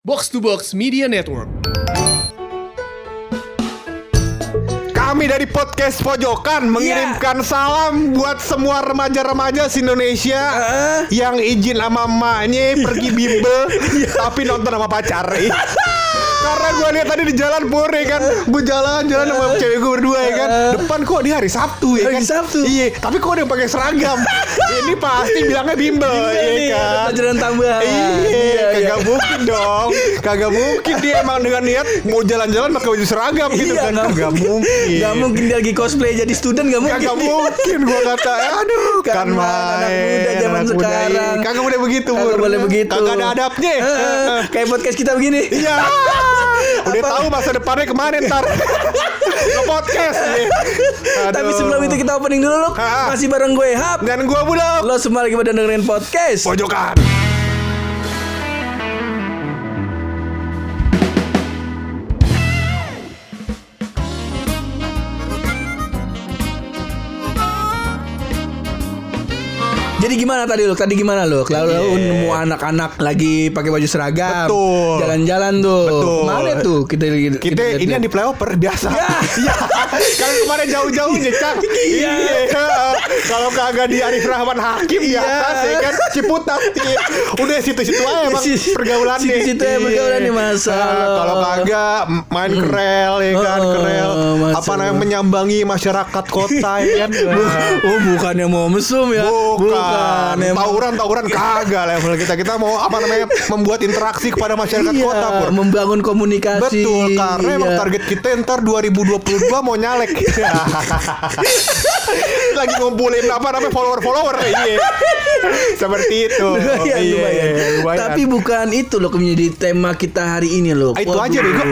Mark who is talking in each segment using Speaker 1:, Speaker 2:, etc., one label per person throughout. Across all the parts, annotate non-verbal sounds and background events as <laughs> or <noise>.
Speaker 1: Box to Box Media Network.
Speaker 2: Kami dari podcast Pojokan
Speaker 3: Iya.
Speaker 2: mengirimkan salam buat semua remaja-remaja se-Indonesia
Speaker 3: Iya Eh.
Speaker 2: yang izin sama emaknya pergi bimbel
Speaker 3: Iya.
Speaker 2: tapi nonton sama pacar. Iya. Karena gue lihat tadi di jalan pur ya kan Gue jalan, jalan sama cewek gue berdua ya kan Depan kok dia hari Sabtu ya kan
Speaker 3: Eh. Hari Sabtu.
Speaker 2: Iya, tapi kok dia pakai seragam Ini pasti bilangnya bimbel ya
Speaker 3: Iya,
Speaker 2: kan
Speaker 3: pelajaran tambahan.
Speaker 2: Iya,
Speaker 3: Iya,
Speaker 2: kagak mungkin dong. Kagak mungkin dia emang dengan niat mau jalan-jalan pakai baju seragam gitu
Speaker 3: Iya,
Speaker 2: kan.
Speaker 3: nggak
Speaker 2: Kagak
Speaker 3: mungkin.
Speaker 2: mungkin.
Speaker 3: Gak mungkin dia lagi cosplay jadi student gak mungkin.
Speaker 2: Kagak mungkin gua kata Aduh
Speaker 3: Kan
Speaker 2: kan
Speaker 3: mah, anak
Speaker 2: main
Speaker 3: muda zaman
Speaker 2: anak muda, iya.
Speaker 3: sekarang.
Speaker 2: Kagak boleh begitu
Speaker 3: Kagak
Speaker 2: Bur.
Speaker 3: boleh begitu. Eh,
Speaker 2: Kagak ada adabnya
Speaker 3: Heeh,
Speaker 2: <laughs>
Speaker 3: Kayak podcast kita begini.
Speaker 2: Iya Udah
Speaker 3: Apa?
Speaker 2: tahu masa depannya kemana
Speaker 3: <laughs>
Speaker 2: ntar Ke podcast iya. Aduh.
Speaker 3: Tapi sebelum itu kita opening dulu loh.
Speaker 2: Ha.
Speaker 3: Masih bareng gue Hap.
Speaker 2: Dan gua belum
Speaker 3: Lo semua lagi pada dengerin podcast.
Speaker 2: Pojokan
Speaker 3: Jadi gimana tadi lo? Tadi gimana lo? Lalu
Speaker 2: Iya.
Speaker 3: lo nemu anak-anak lagi pakai baju seragam.
Speaker 2: Betul.
Speaker 3: Jalan-jalan tuh.
Speaker 2: Betul.
Speaker 3: Mana tuh kita kita,
Speaker 2: kita ini yang di playoper biasa. Iya. Kalau kemarin jauh-jauhnya Cang. Iya. Kalau kagak di Arif Rahman Hakim di atas ya kan Ciputat. Iya. Udah situ-situ aja emang
Speaker 3: Situ-
Speaker 2: pergaulannya.
Speaker 3: situ-situ aja pergaulannya,
Speaker 2: Iya.
Speaker 3: masa
Speaker 2: Ah,
Speaker 3: lo.
Speaker 2: Kalau kagak m- main kerel ya kan
Speaker 3: Oh,
Speaker 2: kerel.
Speaker 3: masa
Speaker 2: Apa
Speaker 3: lo.
Speaker 2: namanya menyambangi masyarakat kota <laughs> ya kan.
Speaker 3: Oh bukan yang mau mesum ya?
Speaker 2: Bukan,
Speaker 3: Emang-
Speaker 2: tawuran tawuran kagak level kita. Kita mau apa namanya membuat interaksi kepada masyarakat
Speaker 3: Iya,
Speaker 2: kota, Pur.
Speaker 3: membangun komunikasi.
Speaker 2: Betul, karena emang
Speaker 3: <laughs> Iya.
Speaker 2: target kita ntar 2022 mau nyalek. <laughs> Lagi ngumpulin apa namanya follower-follower. Iya. Seperti itu.
Speaker 3: Lumayan,
Speaker 2: Iya,
Speaker 3: lumayan.
Speaker 2: lumayan. Iya,
Speaker 3: Tapi bukan itu loh menjadi tema kita hari ini loh.
Speaker 2: Ah, itu aja, Bego.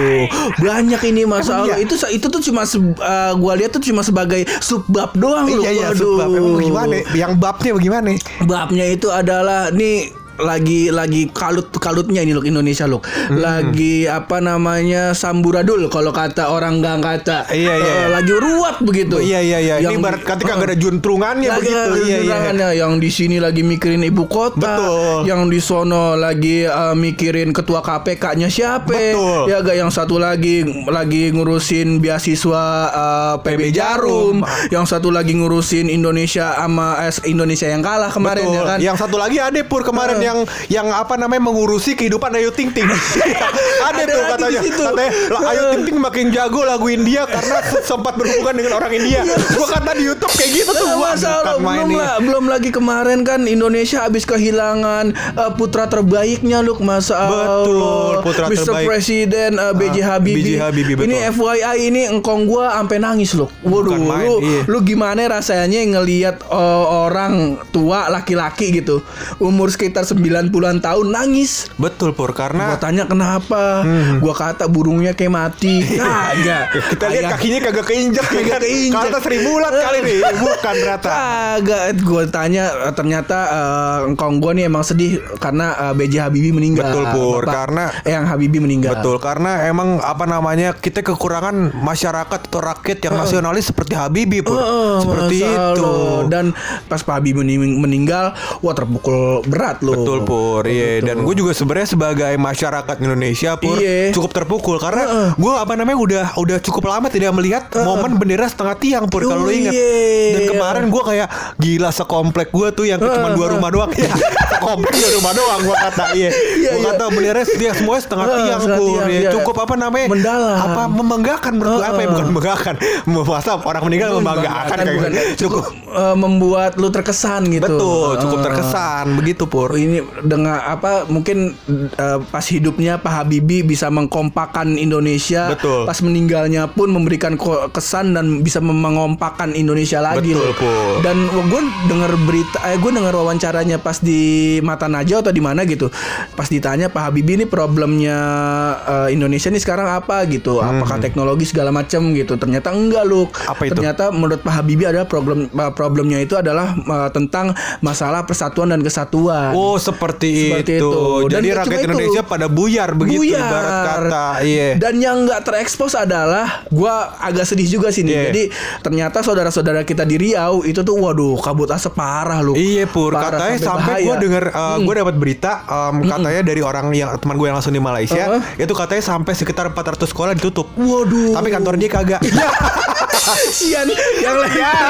Speaker 3: Banyak ini
Speaker 2: Emang
Speaker 3: masalah.
Speaker 2: iya?
Speaker 3: Itu itu tuh cuma se, eh, gua lihat tuh cuma sebagai subbab doang loh.
Speaker 2: iya iya
Speaker 3: Waduh.
Speaker 2: sebab emang bagaimana? Yang babnya bagaimana?
Speaker 3: Babnya itu adalah nih lagi lagi kalut kalutnya ini loh Indonesia loh.
Speaker 2: Hmm.
Speaker 3: Lagi apa namanya samburadul kalau kata orang gang kata.
Speaker 2: Iya, iya,
Speaker 3: Eh,
Speaker 2: iya.
Speaker 3: lagi ruruat begitu.
Speaker 2: Iya iya iya. Ini
Speaker 3: Yang- Eh,
Speaker 2: ibarat ketika gak ada juntrungannya
Speaker 3: lagi
Speaker 2: begitu. Iya iya.
Speaker 3: undangannya. yang di sini lagi mikirin ibu kota,
Speaker 2: Betul.
Speaker 3: yang di sono lagi eh, mikirin ketua KPK-nya siapa,
Speaker 2: Betul.
Speaker 3: ya gak yang satu lagi lagi ngurusin beasiswa eh, PB Jarum, yang satu lagi ngurusin Indonesia sama eh, Indonesia yang kalah kemarin
Speaker 2: Betul. Iya,
Speaker 3: ya kan.
Speaker 2: Yang satu lagi ada pur kemarin yang yang apa namanya mengurusi kehidupan Ayu Ting
Speaker 3: <laughs>
Speaker 2: Ting. ada
Speaker 3: Ada
Speaker 2: tuh
Speaker 3: lagi
Speaker 2: katanya.
Speaker 3: di situ.
Speaker 2: Katanya lah Ayu Ting Ting makin jago lagu India karena <laughs> sempat berhubungan dengan orang India. Gua kata di YouTube kayak gitu tuh.
Speaker 3: Nah,
Speaker 2: Wah,
Speaker 3: Iya. masa
Speaker 2: bukan
Speaker 3: lo-
Speaker 2: main
Speaker 3: belum,
Speaker 2: nih.
Speaker 3: la- belum lagi kemarin kan Indonesia habis kehilangan eh, putra terbaiknya Luk masa Allah.
Speaker 2: Betul, putra
Speaker 3: Mr.
Speaker 2: terbaik.
Speaker 3: Presiden eh, BJ
Speaker 2: Ah,
Speaker 3: Habibie.
Speaker 2: BJ Habibie, betul.
Speaker 3: Ini FYI ini engkong gua sampai nangis Luk. Waduh,
Speaker 2: Bukan main,
Speaker 3: lu,
Speaker 2: iya.
Speaker 3: lu gimana rasanya ngelihat eh, orang tua laki-laki gitu umur sekitar 90-an tahun nangis.
Speaker 2: Betul pur
Speaker 3: Gua
Speaker 2: karena
Speaker 3: tanya kenapa? Gua kata burungnya kayak
Speaker 2: <laughs>
Speaker 3: mati. Kagak.
Speaker 2: Hmm. kita lihat
Speaker 3: Ayah-
Speaker 2: kakinya kagak keinjak ya kan.
Speaker 3: keinjek.
Speaker 2: Kata seribu bulat kali nih. Bukan ternyata.
Speaker 3: Nah. Kagak, gue tanya eh, ternyata eh, engkong gue nih emang sedih karena eh, BJ Habibie meninggal.
Speaker 2: Betul, Pur, karena-
Speaker 3: yang Habibie meninggal.
Speaker 2: Betul, karena emang apa namanya kita kekurangan masyarakat atau rakyat yang nasionalis seperti Habibie pur,
Speaker 3: Heeh,
Speaker 2: seperti
Speaker 3: Masya
Speaker 2: itu.
Speaker 3: Allah. eh, Dan pas Pak Habibie mening- meninggal, wah terpukul berat loh.
Speaker 2: Betul Pur, iya. Dan gue juga sebenarnya sebagai masyarakat Indonesia Pur
Speaker 3: Iya.
Speaker 2: cukup terpukul karena gue apa namanya udah udah cukup lama tidak melihat momen bendera setengah tiang Pur kalau lu
Speaker 3: Oh,
Speaker 2: ingat.
Speaker 3: iya.
Speaker 2: Dan kemarin gue kayak gila sekomplek gue tuh yang cuma dua rumah
Speaker 3: <laughs>
Speaker 2: doang. Ya, sekomplek dua rumah doang gue kata iya. Gue
Speaker 3: iya.
Speaker 2: kata bendera setiap semuanya setengah
Speaker 3: Heeh,
Speaker 2: tiang
Speaker 3: setengah
Speaker 2: Pur.
Speaker 3: tiang,
Speaker 2: Ya,
Speaker 3: iya.
Speaker 2: Cukup apa namanya?
Speaker 3: Mendalam.
Speaker 2: Apa membanggakan menurut gue apa ya bukan membanggakan. Masa orang meninggal membanggakan kayak
Speaker 3: bukan,
Speaker 2: gitu.
Speaker 3: cukup
Speaker 2: Cukup
Speaker 3: eh, membuat lu terkesan gitu.
Speaker 2: betul, cukup
Speaker 3: Heeh.
Speaker 2: terkesan begitu Pur.
Speaker 3: ini dengan apa mungkin eh, pas hidupnya Pak Habibie bisa mengkompakan Indonesia
Speaker 2: Betul.
Speaker 3: pas meninggalnya pun memberikan ko- kesan dan bisa mem- mengompakan Indonesia lagi
Speaker 2: Betul,
Speaker 3: loh.
Speaker 2: Pur.
Speaker 3: dan gue denger berita eh gue denger wawancaranya pas di Mata Najwa atau di mana gitu pas ditanya Pak Habibie ini problemnya eh, Indonesia nih sekarang apa gitu apakah teknologi segala macam gitu ternyata enggak loh
Speaker 2: Hmm. Apa itu?
Speaker 3: ternyata menurut Pak Habibie ada problem problemnya itu adalah eh, tentang masalah eh, persatuan dan kesatuan
Speaker 2: Oh, seperti,
Speaker 3: Seperti
Speaker 2: itu.
Speaker 3: itu. Dan
Speaker 2: Jadi
Speaker 3: nggak
Speaker 2: rakyat
Speaker 3: cuma itu.
Speaker 2: Indonesia pada buyar begitu
Speaker 3: Buyar.
Speaker 2: ibarat kata. Iya.
Speaker 3: Dan yang nggak terekspos adalah gua agak sedih juga sih nih.
Speaker 2: Iya.
Speaker 3: Jadi ternyata saudara-saudara kita di Riau itu tuh waduh kabut asap parah lu.
Speaker 2: Iya pur,
Speaker 3: Parah,
Speaker 2: katanya sampai
Speaker 3: bahaya. Hmm.
Speaker 2: gue denger, gue dapat berita em, katanya dari orang yang teman gue yang langsung di Malaysia,
Speaker 3: Uh-uh.
Speaker 2: itu katanya sampai sekitar 400 sekolah ditutup.
Speaker 3: Waduh.
Speaker 2: Tapi kantor dia kagak.
Speaker 3: Iya. <laughs> Kasian yang lain
Speaker 2: Iya, iya.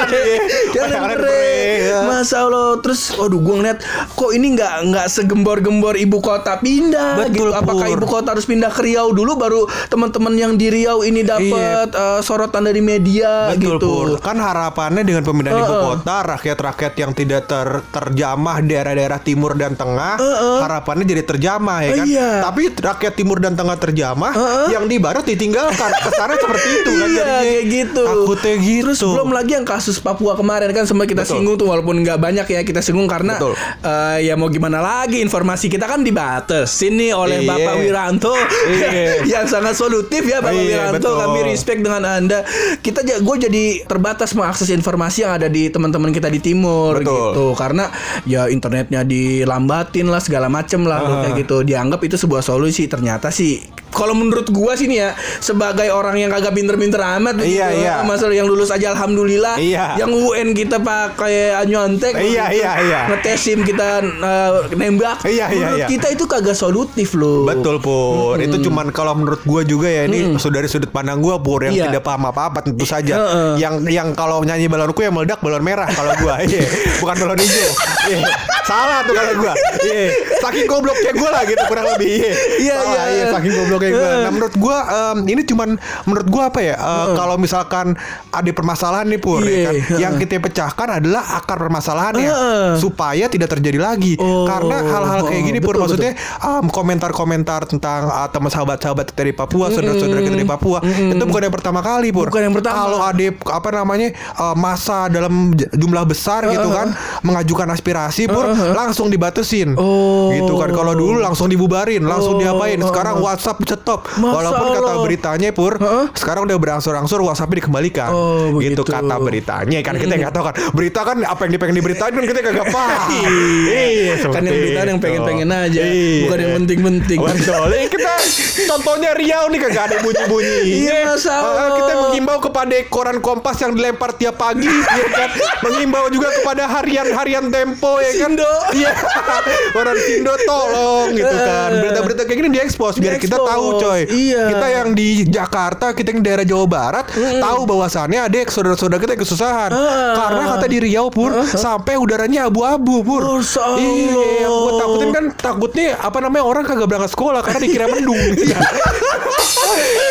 Speaker 2: Yang
Speaker 3: yang
Speaker 2: lain
Speaker 3: lain
Speaker 2: keren, ya.
Speaker 3: masa Allah terus waduh gua ngeliat kok ini nggak nggak segembor-gembor ibu kota pindah
Speaker 2: Betul,
Speaker 3: gitu apakah
Speaker 2: Pur.
Speaker 3: ibu kota harus pindah ke Riau dulu baru teman-teman yang di Riau ini dapat eh, sorotan dari media
Speaker 2: Iya. Betul
Speaker 3: gitu
Speaker 2: Pur. Kan harapannya dengan pemindahan ibu
Speaker 3: Uh-uh.
Speaker 2: kota, rakyat-rakyat yang tidak ter- terjamah daerah-daerah timur dan tengah, harapannya jadi terjamah ya kan.
Speaker 3: Iya.
Speaker 2: Tapi rakyat timur dan tengah terjamah, yang di barat ditinggalkan. Kesannya seperti itu kan
Speaker 3: Iya
Speaker 2: jadinya.
Speaker 3: kayak gitu.
Speaker 2: Takutnya gitu.
Speaker 3: Terus belum lagi yang kasus Papua kemarin kan sempat kita
Speaker 2: Betul.
Speaker 3: singgung tuh walaupun nggak banyak ya kita singgung karena
Speaker 2: Betul.
Speaker 3: eh, ya mau gimana lagi informasi kita kan dibatasin nih oleh
Speaker 2: Iya.
Speaker 3: Bapak Wiranto
Speaker 2: Iya.
Speaker 3: <laughs> yang sangat solutif ya Bapak
Speaker 2: Iya,
Speaker 3: Wiranto
Speaker 2: betul.
Speaker 3: kami respect dengan Anda. Kita gue jadi terbatas mengakses informasi yang ada di teman-teman kita di timur
Speaker 2: Betul.
Speaker 3: gitu karena ya internetnya dilambatin lah segala macem lah
Speaker 2: Ah.
Speaker 3: kayak gitu dianggap itu sebuah solusi ternyata sih kalau menurut gua sih nih ya sebagai orang yang kagak pinter-pinter
Speaker 2: Iya,
Speaker 3: amat gitu,
Speaker 2: iya.
Speaker 3: masalah yang lulus aja alhamdulillah
Speaker 2: Iya.
Speaker 3: yang UN kita pakai nyontek
Speaker 2: Iya,
Speaker 3: gitu.
Speaker 2: iya, iya.
Speaker 3: ngetesin kita eh, nembak
Speaker 2: Iya, iya,
Speaker 3: menurut
Speaker 2: iya.
Speaker 3: kita itu kagak solutif loh
Speaker 2: Betul Pur Itu cuman kalau menurut gua juga ya Ini dari sudut pandang gua Pur Yang
Speaker 3: Mm. Iya.
Speaker 2: tidak paham apa-apa tentu saja
Speaker 3: Heeh.
Speaker 2: Yang yang kalau nyanyi balonku yang meledak balon merah Kalau gua iya. Bukan balon hijau Iya. Salah tuh kalau gua Iya. Saking gobloknya gua lah gitu kurang lebih Iya
Speaker 3: Iya,
Speaker 2: Salah,
Speaker 3: iya.
Speaker 2: Saking gobloknya gua Nah menurut gua em, Ini cuman Menurut gua apa ya eh, Kalau misalkan ada permasalahan nih Pur ya
Speaker 3: Iya,
Speaker 2: kan?
Speaker 3: heeh.
Speaker 2: Yang kita pecahkan adalah akar permasalahannya
Speaker 3: Heeh.
Speaker 2: Supaya tidak terjadi lagi
Speaker 3: Oh,
Speaker 2: Karena hal-hal kayak gini Pur
Speaker 3: betul,
Speaker 2: Maksudnya um, komentar-komentar tentang uh, teman sahabat-sahabat kita dari Papua, saudara-saudara kita dari Papua, itu bukan yang pertama kali, Pur.
Speaker 3: Bukan yang pertama.
Speaker 2: Kalau ada apa namanya uh, masa dalam j- jumlah besar gitu
Speaker 3: Uh-uh.
Speaker 2: kan mengajukan aspirasi, Pur, langsung dibatasin.
Speaker 3: Oh.
Speaker 2: Gitu kan. Kalau dulu langsung dibubarin, langsung
Speaker 3: Oh,
Speaker 2: diapain.
Speaker 3: oh,
Speaker 2: Sekarang WhatsApp stop.
Speaker 3: Masa
Speaker 2: Walaupun kata
Speaker 3: Allah.
Speaker 2: beritanya, Pur,
Speaker 3: Heeh.
Speaker 2: sekarang udah berangsur-angsur WhatsApp dikembalikan.
Speaker 3: Oh,
Speaker 2: gitu
Speaker 3: begitu.
Speaker 2: kata beritanya. Kan kita nggak tahu kan. Berita kan apa yang dipengen diberitain kan kita
Speaker 3: <laughs>
Speaker 2: kagak paham. Iya,
Speaker 3: kan yang
Speaker 2: seperti
Speaker 3: berita yang
Speaker 2: itu.
Speaker 3: pengen-pengen aja
Speaker 2: Iya.
Speaker 3: bukan yang penting-penting
Speaker 2: Betul. Eh, kita contohnya Riau nih kagak ada bunyi-bunyi.
Speaker 3: Iya, Mas Allah.
Speaker 2: Eh, Kita menghimbau kepada koran Kompas yang dilempar tiap pagi ya kan. Menghimbau juga kepada harian-harian Tempo ya kan.
Speaker 3: Sindo.
Speaker 2: Iya. koran Sindo tolong gitu kan. Berita-berita kayak gini diekspos biar kita
Speaker 3: Diekspos.
Speaker 2: tahu coy.
Speaker 3: Iya.
Speaker 2: Kita yang di Jakarta, kita yang di daerah Jawa Barat tahu bahwasannya ada saudara-saudara kita yang kesusahan.
Speaker 3: Ah.
Speaker 2: Karena kata di Riau pur sampai udaranya abu-abu pur.
Speaker 3: Masya Allah.
Speaker 2: Iya, yang gue takutin kan takutnya apa namanya orang kagak berangkat sekolah karena dikira
Speaker 3: <laughs>
Speaker 2: mendung. Iya.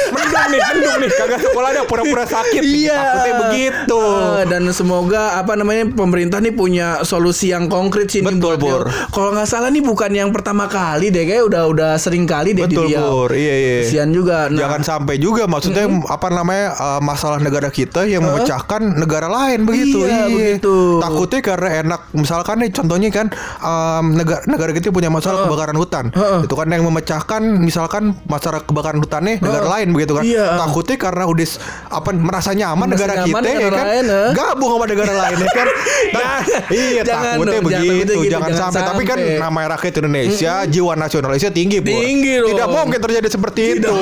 Speaker 2: mendung nih, mendung nih, kagak sekolah ada pura-pura sakit.
Speaker 3: Iya.
Speaker 2: Iya, Takutnya begitu.
Speaker 3: Eh, dan semoga apa namanya pemerintah nih punya solusi yang konkret sih. nih
Speaker 2: Betul,
Speaker 3: buat
Speaker 2: Pur.
Speaker 3: dia. Kalau nggak salah nih bukan yang pertama kali deh, kayak udah udah sering kali deh
Speaker 2: Betul
Speaker 3: di Riau.
Speaker 2: Pur, iya iya.
Speaker 3: Kesian juga. Nah, <laughs>
Speaker 2: Jangan sampai juga maksudnya apa namanya uh, masalah negara kita yang memecahkan negara lain begitu.
Speaker 3: Iya, begitu.
Speaker 2: Takutnya karena enak misalkan nih contohnya kan um, negara negara kita punya masalah kebakaran hutan.
Speaker 3: Heeh.
Speaker 2: Itu kan yang memecahkan misalkan masalah kebakaran hutannya negara
Speaker 3: Heeh.
Speaker 2: lain begitu kan.
Speaker 3: Iya.
Speaker 2: Takutnya karena udah s- apa merasa nyaman
Speaker 3: Merasa
Speaker 2: negara
Speaker 3: nyaman
Speaker 2: kita ya
Speaker 3: negara
Speaker 2: kan.
Speaker 3: lain, eh.
Speaker 2: Gabung sama negara lain ya
Speaker 3: <laughs>
Speaker 2: kan. Nah, iya
Speaker 3: Jangan
Speaker 2: takutnya
Speaker 3: dong, jangan
Speaker 2: begitu.
Speaker 3: begitu,
Speaker 2: Jangan,
Speaker 3: jangan
Speaker 2: sampai. tapi kan
Speaker 3: sampai.
Speaker 2: namanya rakyat Indonesia, jiwa nasionalisnya tinggi, Pur.
Speaker 3: Tinggi
Speaker 2: Tidak
Speaker 3: dong.
Speaker 2: mungkin terjadi seperti itu.
Speaker 3: tidak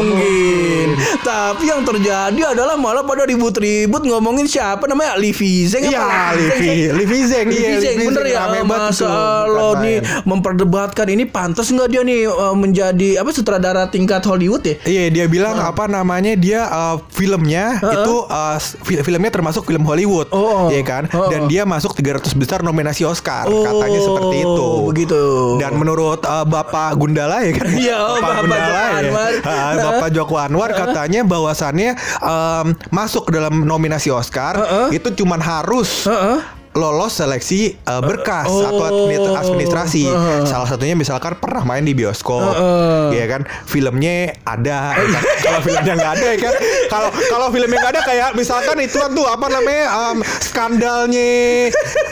Speaker 3: mungkin. Tapi yang terjadi adalah malah pada ribut-ribut ngomongin siapa namanya Livi Zeng.
Speaker 2: Iya,
Speaker 3: apa?
Speaker 2: Livi, Livi Zeng, iya,
Speaker 3: Livi Zeng,
Speaker 2: Livi
Speaker 3: bener
Speaker 2: Zeng,
Speaker 3: ya.
Speaker 2: rame banget
Speaker 3: Masa
Speaker 2: tuh,
Speaker 3: Allah
Speaker 2: bukan
Speaker 3: nih
Speaker 2: main.
Speaker 3: memperdebatkan ini pantas nggak dia nih eh, menjadi apa sutradara tingkat Hollywood ya?
Speaker 2: Iya, dia bilang apa namanya dia uh, filmnya itu uh, s- fil- filmnya termasuk film Hollywood,
Speaker 3: Oh, oh.
Speaker 2: iya kan?
Speaker 3: Oh,
Speaker 2: Dan
Speaker 3: oh.
Speaker 2: dia masuk 300 besar nominasi Oscar,
Speaker 3: Oh,
Speaker 2: katanya seperti itu.
Speaker 3: begitu.
Speaker 2: Dan menurut uh, Bapak Gundala ya kan?
Speaker 3: Iya, oh, Bapak Joko Anwar.
Speaker 2: Uh, Bapak Joko Anwar katanya bahwasannya um, masuk ke dalam nominasi Oscar itu cuman harus
Speaker 3: Heeh.
Speaker 2: lolos seleksi uh, berkas
Speaker 3: Oh. Uh-huh.
Speaker 2: atau admini- administrasi.
Speaker 3: Heeh.
Speaker 2: Salah satunya misalkan pernah main di bioskop,
Speaker 3: Heeh.
Speaker 2: ya kan? Filmnya ada.
Speaker 3: <laughs>
Speaker 2: ya kan? kalau filmnya nggak ada, ya kan? Kalau kalau filmnya nggak ada kayak misalkan itu kan tuh apa namanya um, skandalnya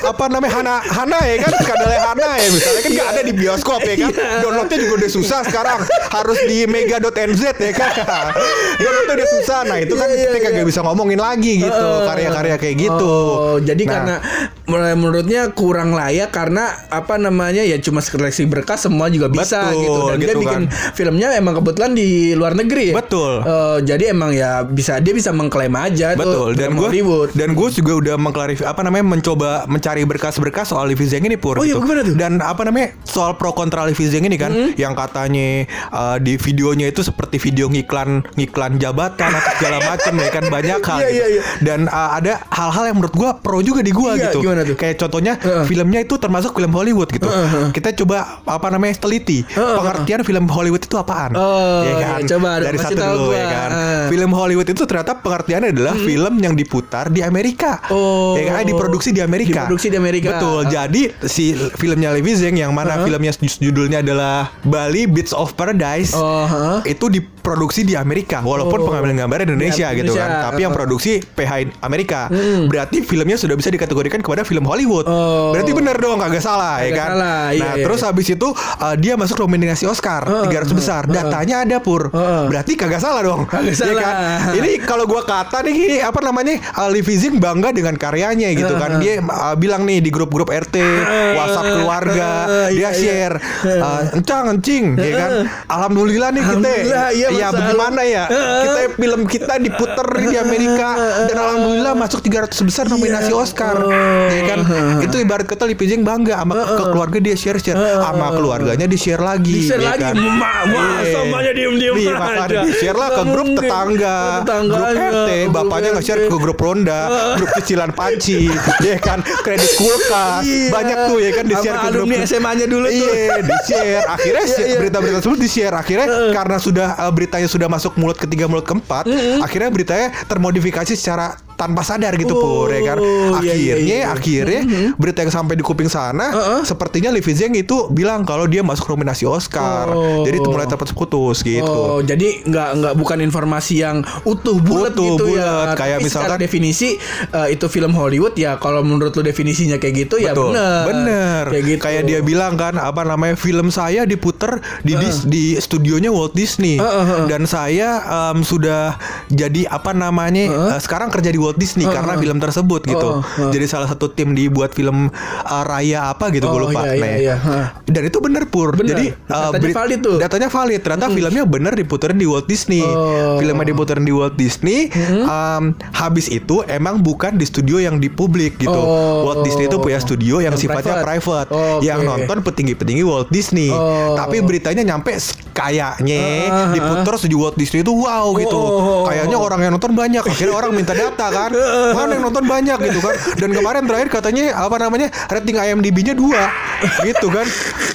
Speaker 2: apa namanya Hana Hana ya kan? Skandalnya Hana ya misalnya kan nggak ada di bioskop ya kan?
Speaker 3: Iya.
Speaker 2: Downloadnya juga udah susah sekarang harus di mega.nz ya kan? Downloadnya udah susah. Nah itu kan
Speaker 3: Iya, iya,
Speaker 2: kita kagak
Speaker 3: iya.
Speaker 2: bisa ngomongin lagi gitu
Speaker 3: Heeh.
Speaker 2: karya-karya kayak gitu.
Speaker 3: Oh, jadi
Speaker 2: Nah,
Speaker 3: karena mer- menurutnya kurang layak karena apa namanya ya cuma seleksi berkas semua juga bisa
Speaker 2: Betul,
Speaker 3: gitu dan dia
Speaker 2: gitu
Speaker 3: bikin
Speaker 2: kan.
Speaker 3: filmnya emang kebetulan di luar negeri ya.
Speaker 2: Betul.
Speaker 3: Eh, jadi emang ya bisa dia bisa mengklaim aja
Speaker 2: Betul
Speaker 3: tuh
Speaker 2: dan
Speaker 3: film
Speaker 2: gue
Speaker 3: Hollywood.
Speaker 2: dan gue juga udah mengklarifikasi apa namanya mencoba mencari berkas-berkas soal Livi Zeng ini pur gitu.
Speaker 3: Oh iya, gimana tuh?
Speaker 2: dan apa namanya soal pro kontra Livi Zeng ini kan yang katanya eh, di videonya itu seperti video ngiklan ngiklan jabatan atau segala
Speaker 3: <laughs>
Speaker 2: macem ya kan banyak hal
Speaker 3: Iya,
Speaker 2: gitu.
Speaker 3: iya, iya.
Speaker 2: dan eh, ada hal-hal yang menurut gue pro juga di gue
Speaker 3: Iya,
Speaker 2: gitu
Speaker 3: gimana tuh?
Speaker 2: kayak contohnya
Speaker 3: Heeh.
Speaker 2: filmnya itu termasuk film Hollywood gitu kita coba apa namanya teliti
Speaker 3: Heeh.
Speaker 2: pengertian film Hollywood itu apaan
Speaker 3: Oh,
Speaker 2: ya
Speaker 3: iya,
Speaker 2: kan?
Speaker 3: coba
Speaker 2: dari
Speaker 3: kasih
Speaker 2: satu
Speaker 3: tahu
Speaker 2: dulu ya
Speaker 3: gua. Ah.
Speaker 2: kan
Speaker 3: Heeh.
Speaker 2: film Hollywood itu ternyata pengertiannya adalah film yang diputar di Amerika.
Speaker 3: Oh.
Speaker 2: Ya kan? diproduksi di Amerika.
Speaker 3: Diproduksi di Amerika.
Speaker 2: Betul.
Speaker 3: Ah.
Speaker 2: Jadi si filmnya Levi Zeng yang mana filmnya ju- judulnya adalah Bali Beats of Paradise.
Speaker 3: Oh, heeh.
Speaker 2: Itu diproduksi di Amerika walaupun
Speaker 3: Oh.
Speaker 2: pengambilan gambarnya di Indonesia
Speaker 3: Di
Speaker 2: gitu kan.
Speaker 3: Indonesia.
Speaker 2: Tapi yang
Speaker 3: Ah.
Speaker 2: produksi PH Amerika. Berarti filmnya sudah bisa dikategorikan kepada film Hollywood.
Speaker 3: Oh.
Speaker 2: Berarti benar dong kagak salah ya
Speaker 3: Kagak
Speaker 2: kan.
Speaker 3: salah, iya,
Speaker 2: nah,
Speaker 3: iya,
Speaker 2: terus
Speaker 3: iya. Uh-uh,
Speaker 2: habis itu uh, dia masuk nominasi Oscar 300 besar. Datanya ada pur.
Speaker 3: Heeh.
Speaker 2: Berarti kagak salah dong.
Speaker 3: Uh-uh. Kagak
Speaker 2: Iya
Speaker 3: salah.
Speaker 2: kan? Ini kalau gua kata nih gini, apa namanya? uh, Livi Zing bangga dengan karyanya gitu kan.
Speaker 3: Uh-uh.
Speaker 2: Dia uh, bilang nih di grup-grup RT, WhatsApp keluarga,
Speaker 3: Ah,
Speaker 2: dia
Speaker 3: Uh-uh. iya, Uh-uh. iya.
Speaker 2: share uh, encang encing ya kan. Alhamdulillah nih kita.
Speaker 3: Alhamdulillah,
Speaker 2: ya
Speaker 3: iya, Mas Eh,
Speaker 2: bagaimana ya? Kita film kita diputer di Amerika dan
Speaker 3: eh.
Speaker 2: alhamdulillah masuk 300 besar
Speaker 3: Iya.
Speaker 2: nominasi Oscar.
Speaker 3: Oh.
Speaker 2: Ya kan?
Speaker 3: Eh,
Speaker 2: Itu ibarat kata Livi Zing bangga sama ke- ke keluarga dia share-share
Speaker 3: Eh,
Speaker 2: sama keluarganya di-share lagi.
Speaker 3: Di-share
Speaker 2: ya
Speaker 3: lagi.
Speaker 2: kan?
Speaker 3: Ma- wah,
Speaker 2: Iya.
Speaker 3: semuanya diem-diem
Speaker 2: Iya,
Speaker 3: aja.
Speaker 2: makanya di-share lah ke
Speaker 3: Nggak
Speaker 2: grup
Speaker 3: mungkin.
Speaker 2: tetangga,
Speaker 3: Ke tetangga
Speaker 2: grup
Speaker 3: aja,
Speaker 2: RT,
Speaker 3: ke grup Eh,
Speaker 2: bapaknya
Speaker 3: RT.
Speaker 2: nge-share ke grup ronda, grup cicilan
Speaker 3: <laughs>
Speaker 2: panci, ya kan, kredit kulkas,
Speaker 3: Iya.
Speaker 2: banyak tuh ya kan di-share
Speaker 3: Sama
Speaker 2: ke grup
Speaker 3: alumni SMA-nya dulu tuh.
Speaker 2: Iya, di-share. Akhirnya
Speaker 3: Iya,
Speaker 2: si-
Speaker 3: iya.
Speaker 2: berita-berita tersebut di-share. Akhirnya karena sudah eh, beritanya sudah masuk mulut ketiga mulut keempat, akhirnya beritanya termodifikasi secara tanpa sadar gitu
Speaker 3: Oh,
Speaker 2: pur ya kan
Speaker 3: iya,
Speaker 2: akhirnya
Speaker 3: iya, iya.
Speaker 2: akhirnya berita yang sampai di kuping sana sepertinya Livi Zeng itu bilang kalau dia masuk nominasi Oscar
Speaker 3: Oh.
Speaker 2: jadi itu mulai terputus putus gitu
Speaker 3: Oh, jadi nggak nggak bukan informasi yang utuh bulat
Speaker 2: Utuh,
Speaker 3: gitu
Speaker 2: bulat. Kayak
Speaker 3: ya. Tapi
Speaker 2: misalkan-
Speaker 3: secara definisi eh, itu film Hollywood ya. Kalau menurut lu definisinya kayak gitu ya
Speaker 2: Betul.
Speaker 3: bener.
Speaker 2: Bener. Kayak,
Speaker 3: Kayak gitu.
Speaker 2: dia bilang kan apa namanya film saya diputer di dis- di studionya Walt Disney dan saya em, sudah jadi apa namanya eh, sekarang kerja di Walt Disney karena film tersebut gitu.
Speaker 3: Oh, heeh.
Speaker 2: Jadi salah satu tim dibuat film eh, raya apa gitu gue
Speaker 3: Oh,
Speaker 2: lupa.
Speaker 3: iya, iya,
Speaker 2: Nah,
Speaker 3: iya. Heeh.
Speaker 2: Dan itu bener pur.
Speaker 3: Bener.
Speaker 2: Jadi eh,
Speaker 3: Datanya
Speaker 2: berit-
Speaker 3: valid tuh.
Speaker 2: Datanya valid. Ternyata filmnya bener diputerin di Walt Disney.
Speaker 3: Oh.
Speaker 2: Filmnya diputerin di Walt Disney. em, habis itu emang bukan di studio yang di publik gitu.
Speaker 3: Oh.
Speaker 2: Walt Disney itu punya studio yang,
Speaker 3: Yang
Speaker 2: sifatnya private,
Speaker 3: private. Oke.
Speaker 2: yang nonton petinggi-petinggi Walt Disney.
Speaker 3: Oh.
Speaker 2: Tapi beritanya nyampe s- kayaknya
Speaker 3: Ah,
Speaker 2: diputer di Walt Disney itu wow gitu.
Speaker 3: Oh. Ah,
Speaker 2: Kayaknya orang yang nonton banyak. Akhirnya orang minta data
Speaker 3: <laughs>
Speaker 2: kan. Mana yang nonton banyak gitu kan. Dan kemarin terakhir katanya apa namanya? rating IMDb-nya 2. gitu kan.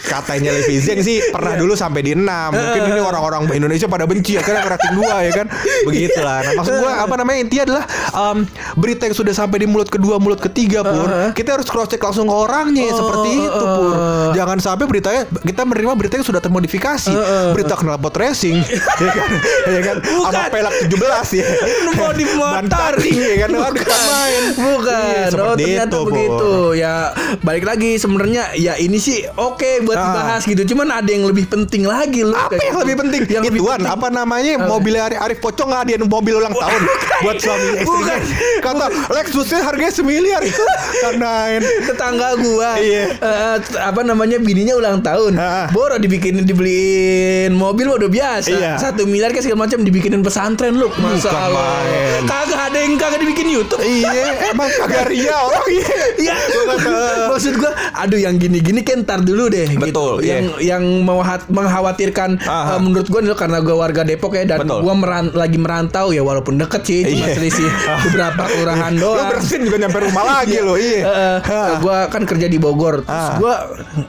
Speaker 2: Katanya Levi Zeng sih pernah dulu sampai di 6.
Speaker 3: Ah,
Speaker 2: Mungkin ini orang-orang Indonesia pada benci akhirnya rating 2 ya kan. Begitulah. Nah, maksud gua apa namanya intinya adalah em, berita yang sudah sampai di mulut kedua, mulut ketiga pur, kita harus cross check langsung ke orangnya seperti itu pur. Jangan sampai beritanya kita menerima berita yang sudah termodifikasi. Berita knalpot racing <laughs> ya kan. Ya kan. Sama pelak 17 ya.
Speaker 3: Modif
Speaker 2: Ban
Speaker 3: motor.
Speaker 2: cacing, ya kan. Aduh,
Speaker 3: Bukan.
Speaker 2: kan main. Iya,
Speaker 3: Bukan. oh,
Speaker 2: seperti
Speaker 3: ternyata
Speaker 2: itu, Pur.
Speaker 3: begitu. Ya balik lagi sebenarnya ya ini sih oke buat
Speaker 2: Ah.
Speaker 3: dibahas gitu. Cuman ada yang lebih penting lagi lu.
Speaker 2: Apa
Speaker 3: Kayak
Speaker 2: yang
Speaker 3: gitu.
Speaker 2: lebih penting?
Speaker 3: Yang lebih
Speaker 2: Ituan,
Speaker 3: penting.
Speaker 2: apa namanya? Mobilnya Ari- Arif Pocong ngadian mobil ulang tahun buat suami istrinya.
Speaker 3: Bukan.
Speaker 2: Kata Lexusnya harganya <laughs> semiliar itu. Karena
Speaker 3: tetangga gua
Speaker 2: Iya.
Speaker 3: eh, t- apa namanya bininya ulang tahun
Speaker 2: Ah.
Speaker 3: boro dibikinin dibeliin mobil mah udah biasa
Speaker 2: Iya.
Speaker 3: satu miliar kayak segala macam dibikinin pesantren lu masa
Speaker 2: Bukan
Speaker 3: Allah.
Speaker 2: main.
Speaker 3: kagak ada yang kagak dibikin YouTube
Speaker 2: Iya, emang kagak ria orang iya.
Speaker 3: Iya, <laughs> maksud gua, aduh yang gini-gini kan ntar dulu deh. gitu.
Speaker 2: Betul, iya.
Speaker 3: Yang yang mengha- mengkhawatirkan
Speaker 2: Aha.
Speaker 3: eh, menurut gua nih, karena gua warga Depok ya dan
Speaker 2: Betul.
Speaker 3: gua meran- lagi merantau ya walaupun deket sih cuma
Speaker 2: Iya. <laughs>
Speaker 3: selisih beberapa kelurahan
Speaker 2: Lo
Speaker 3: doang.
Speaker 2: bersin juga nyampe rumah lagi lo, iya.
Speaker 3: Eh, gue kan kerja di Bogor. Terus
Speaker 2: Ah.
Speaker 3: gue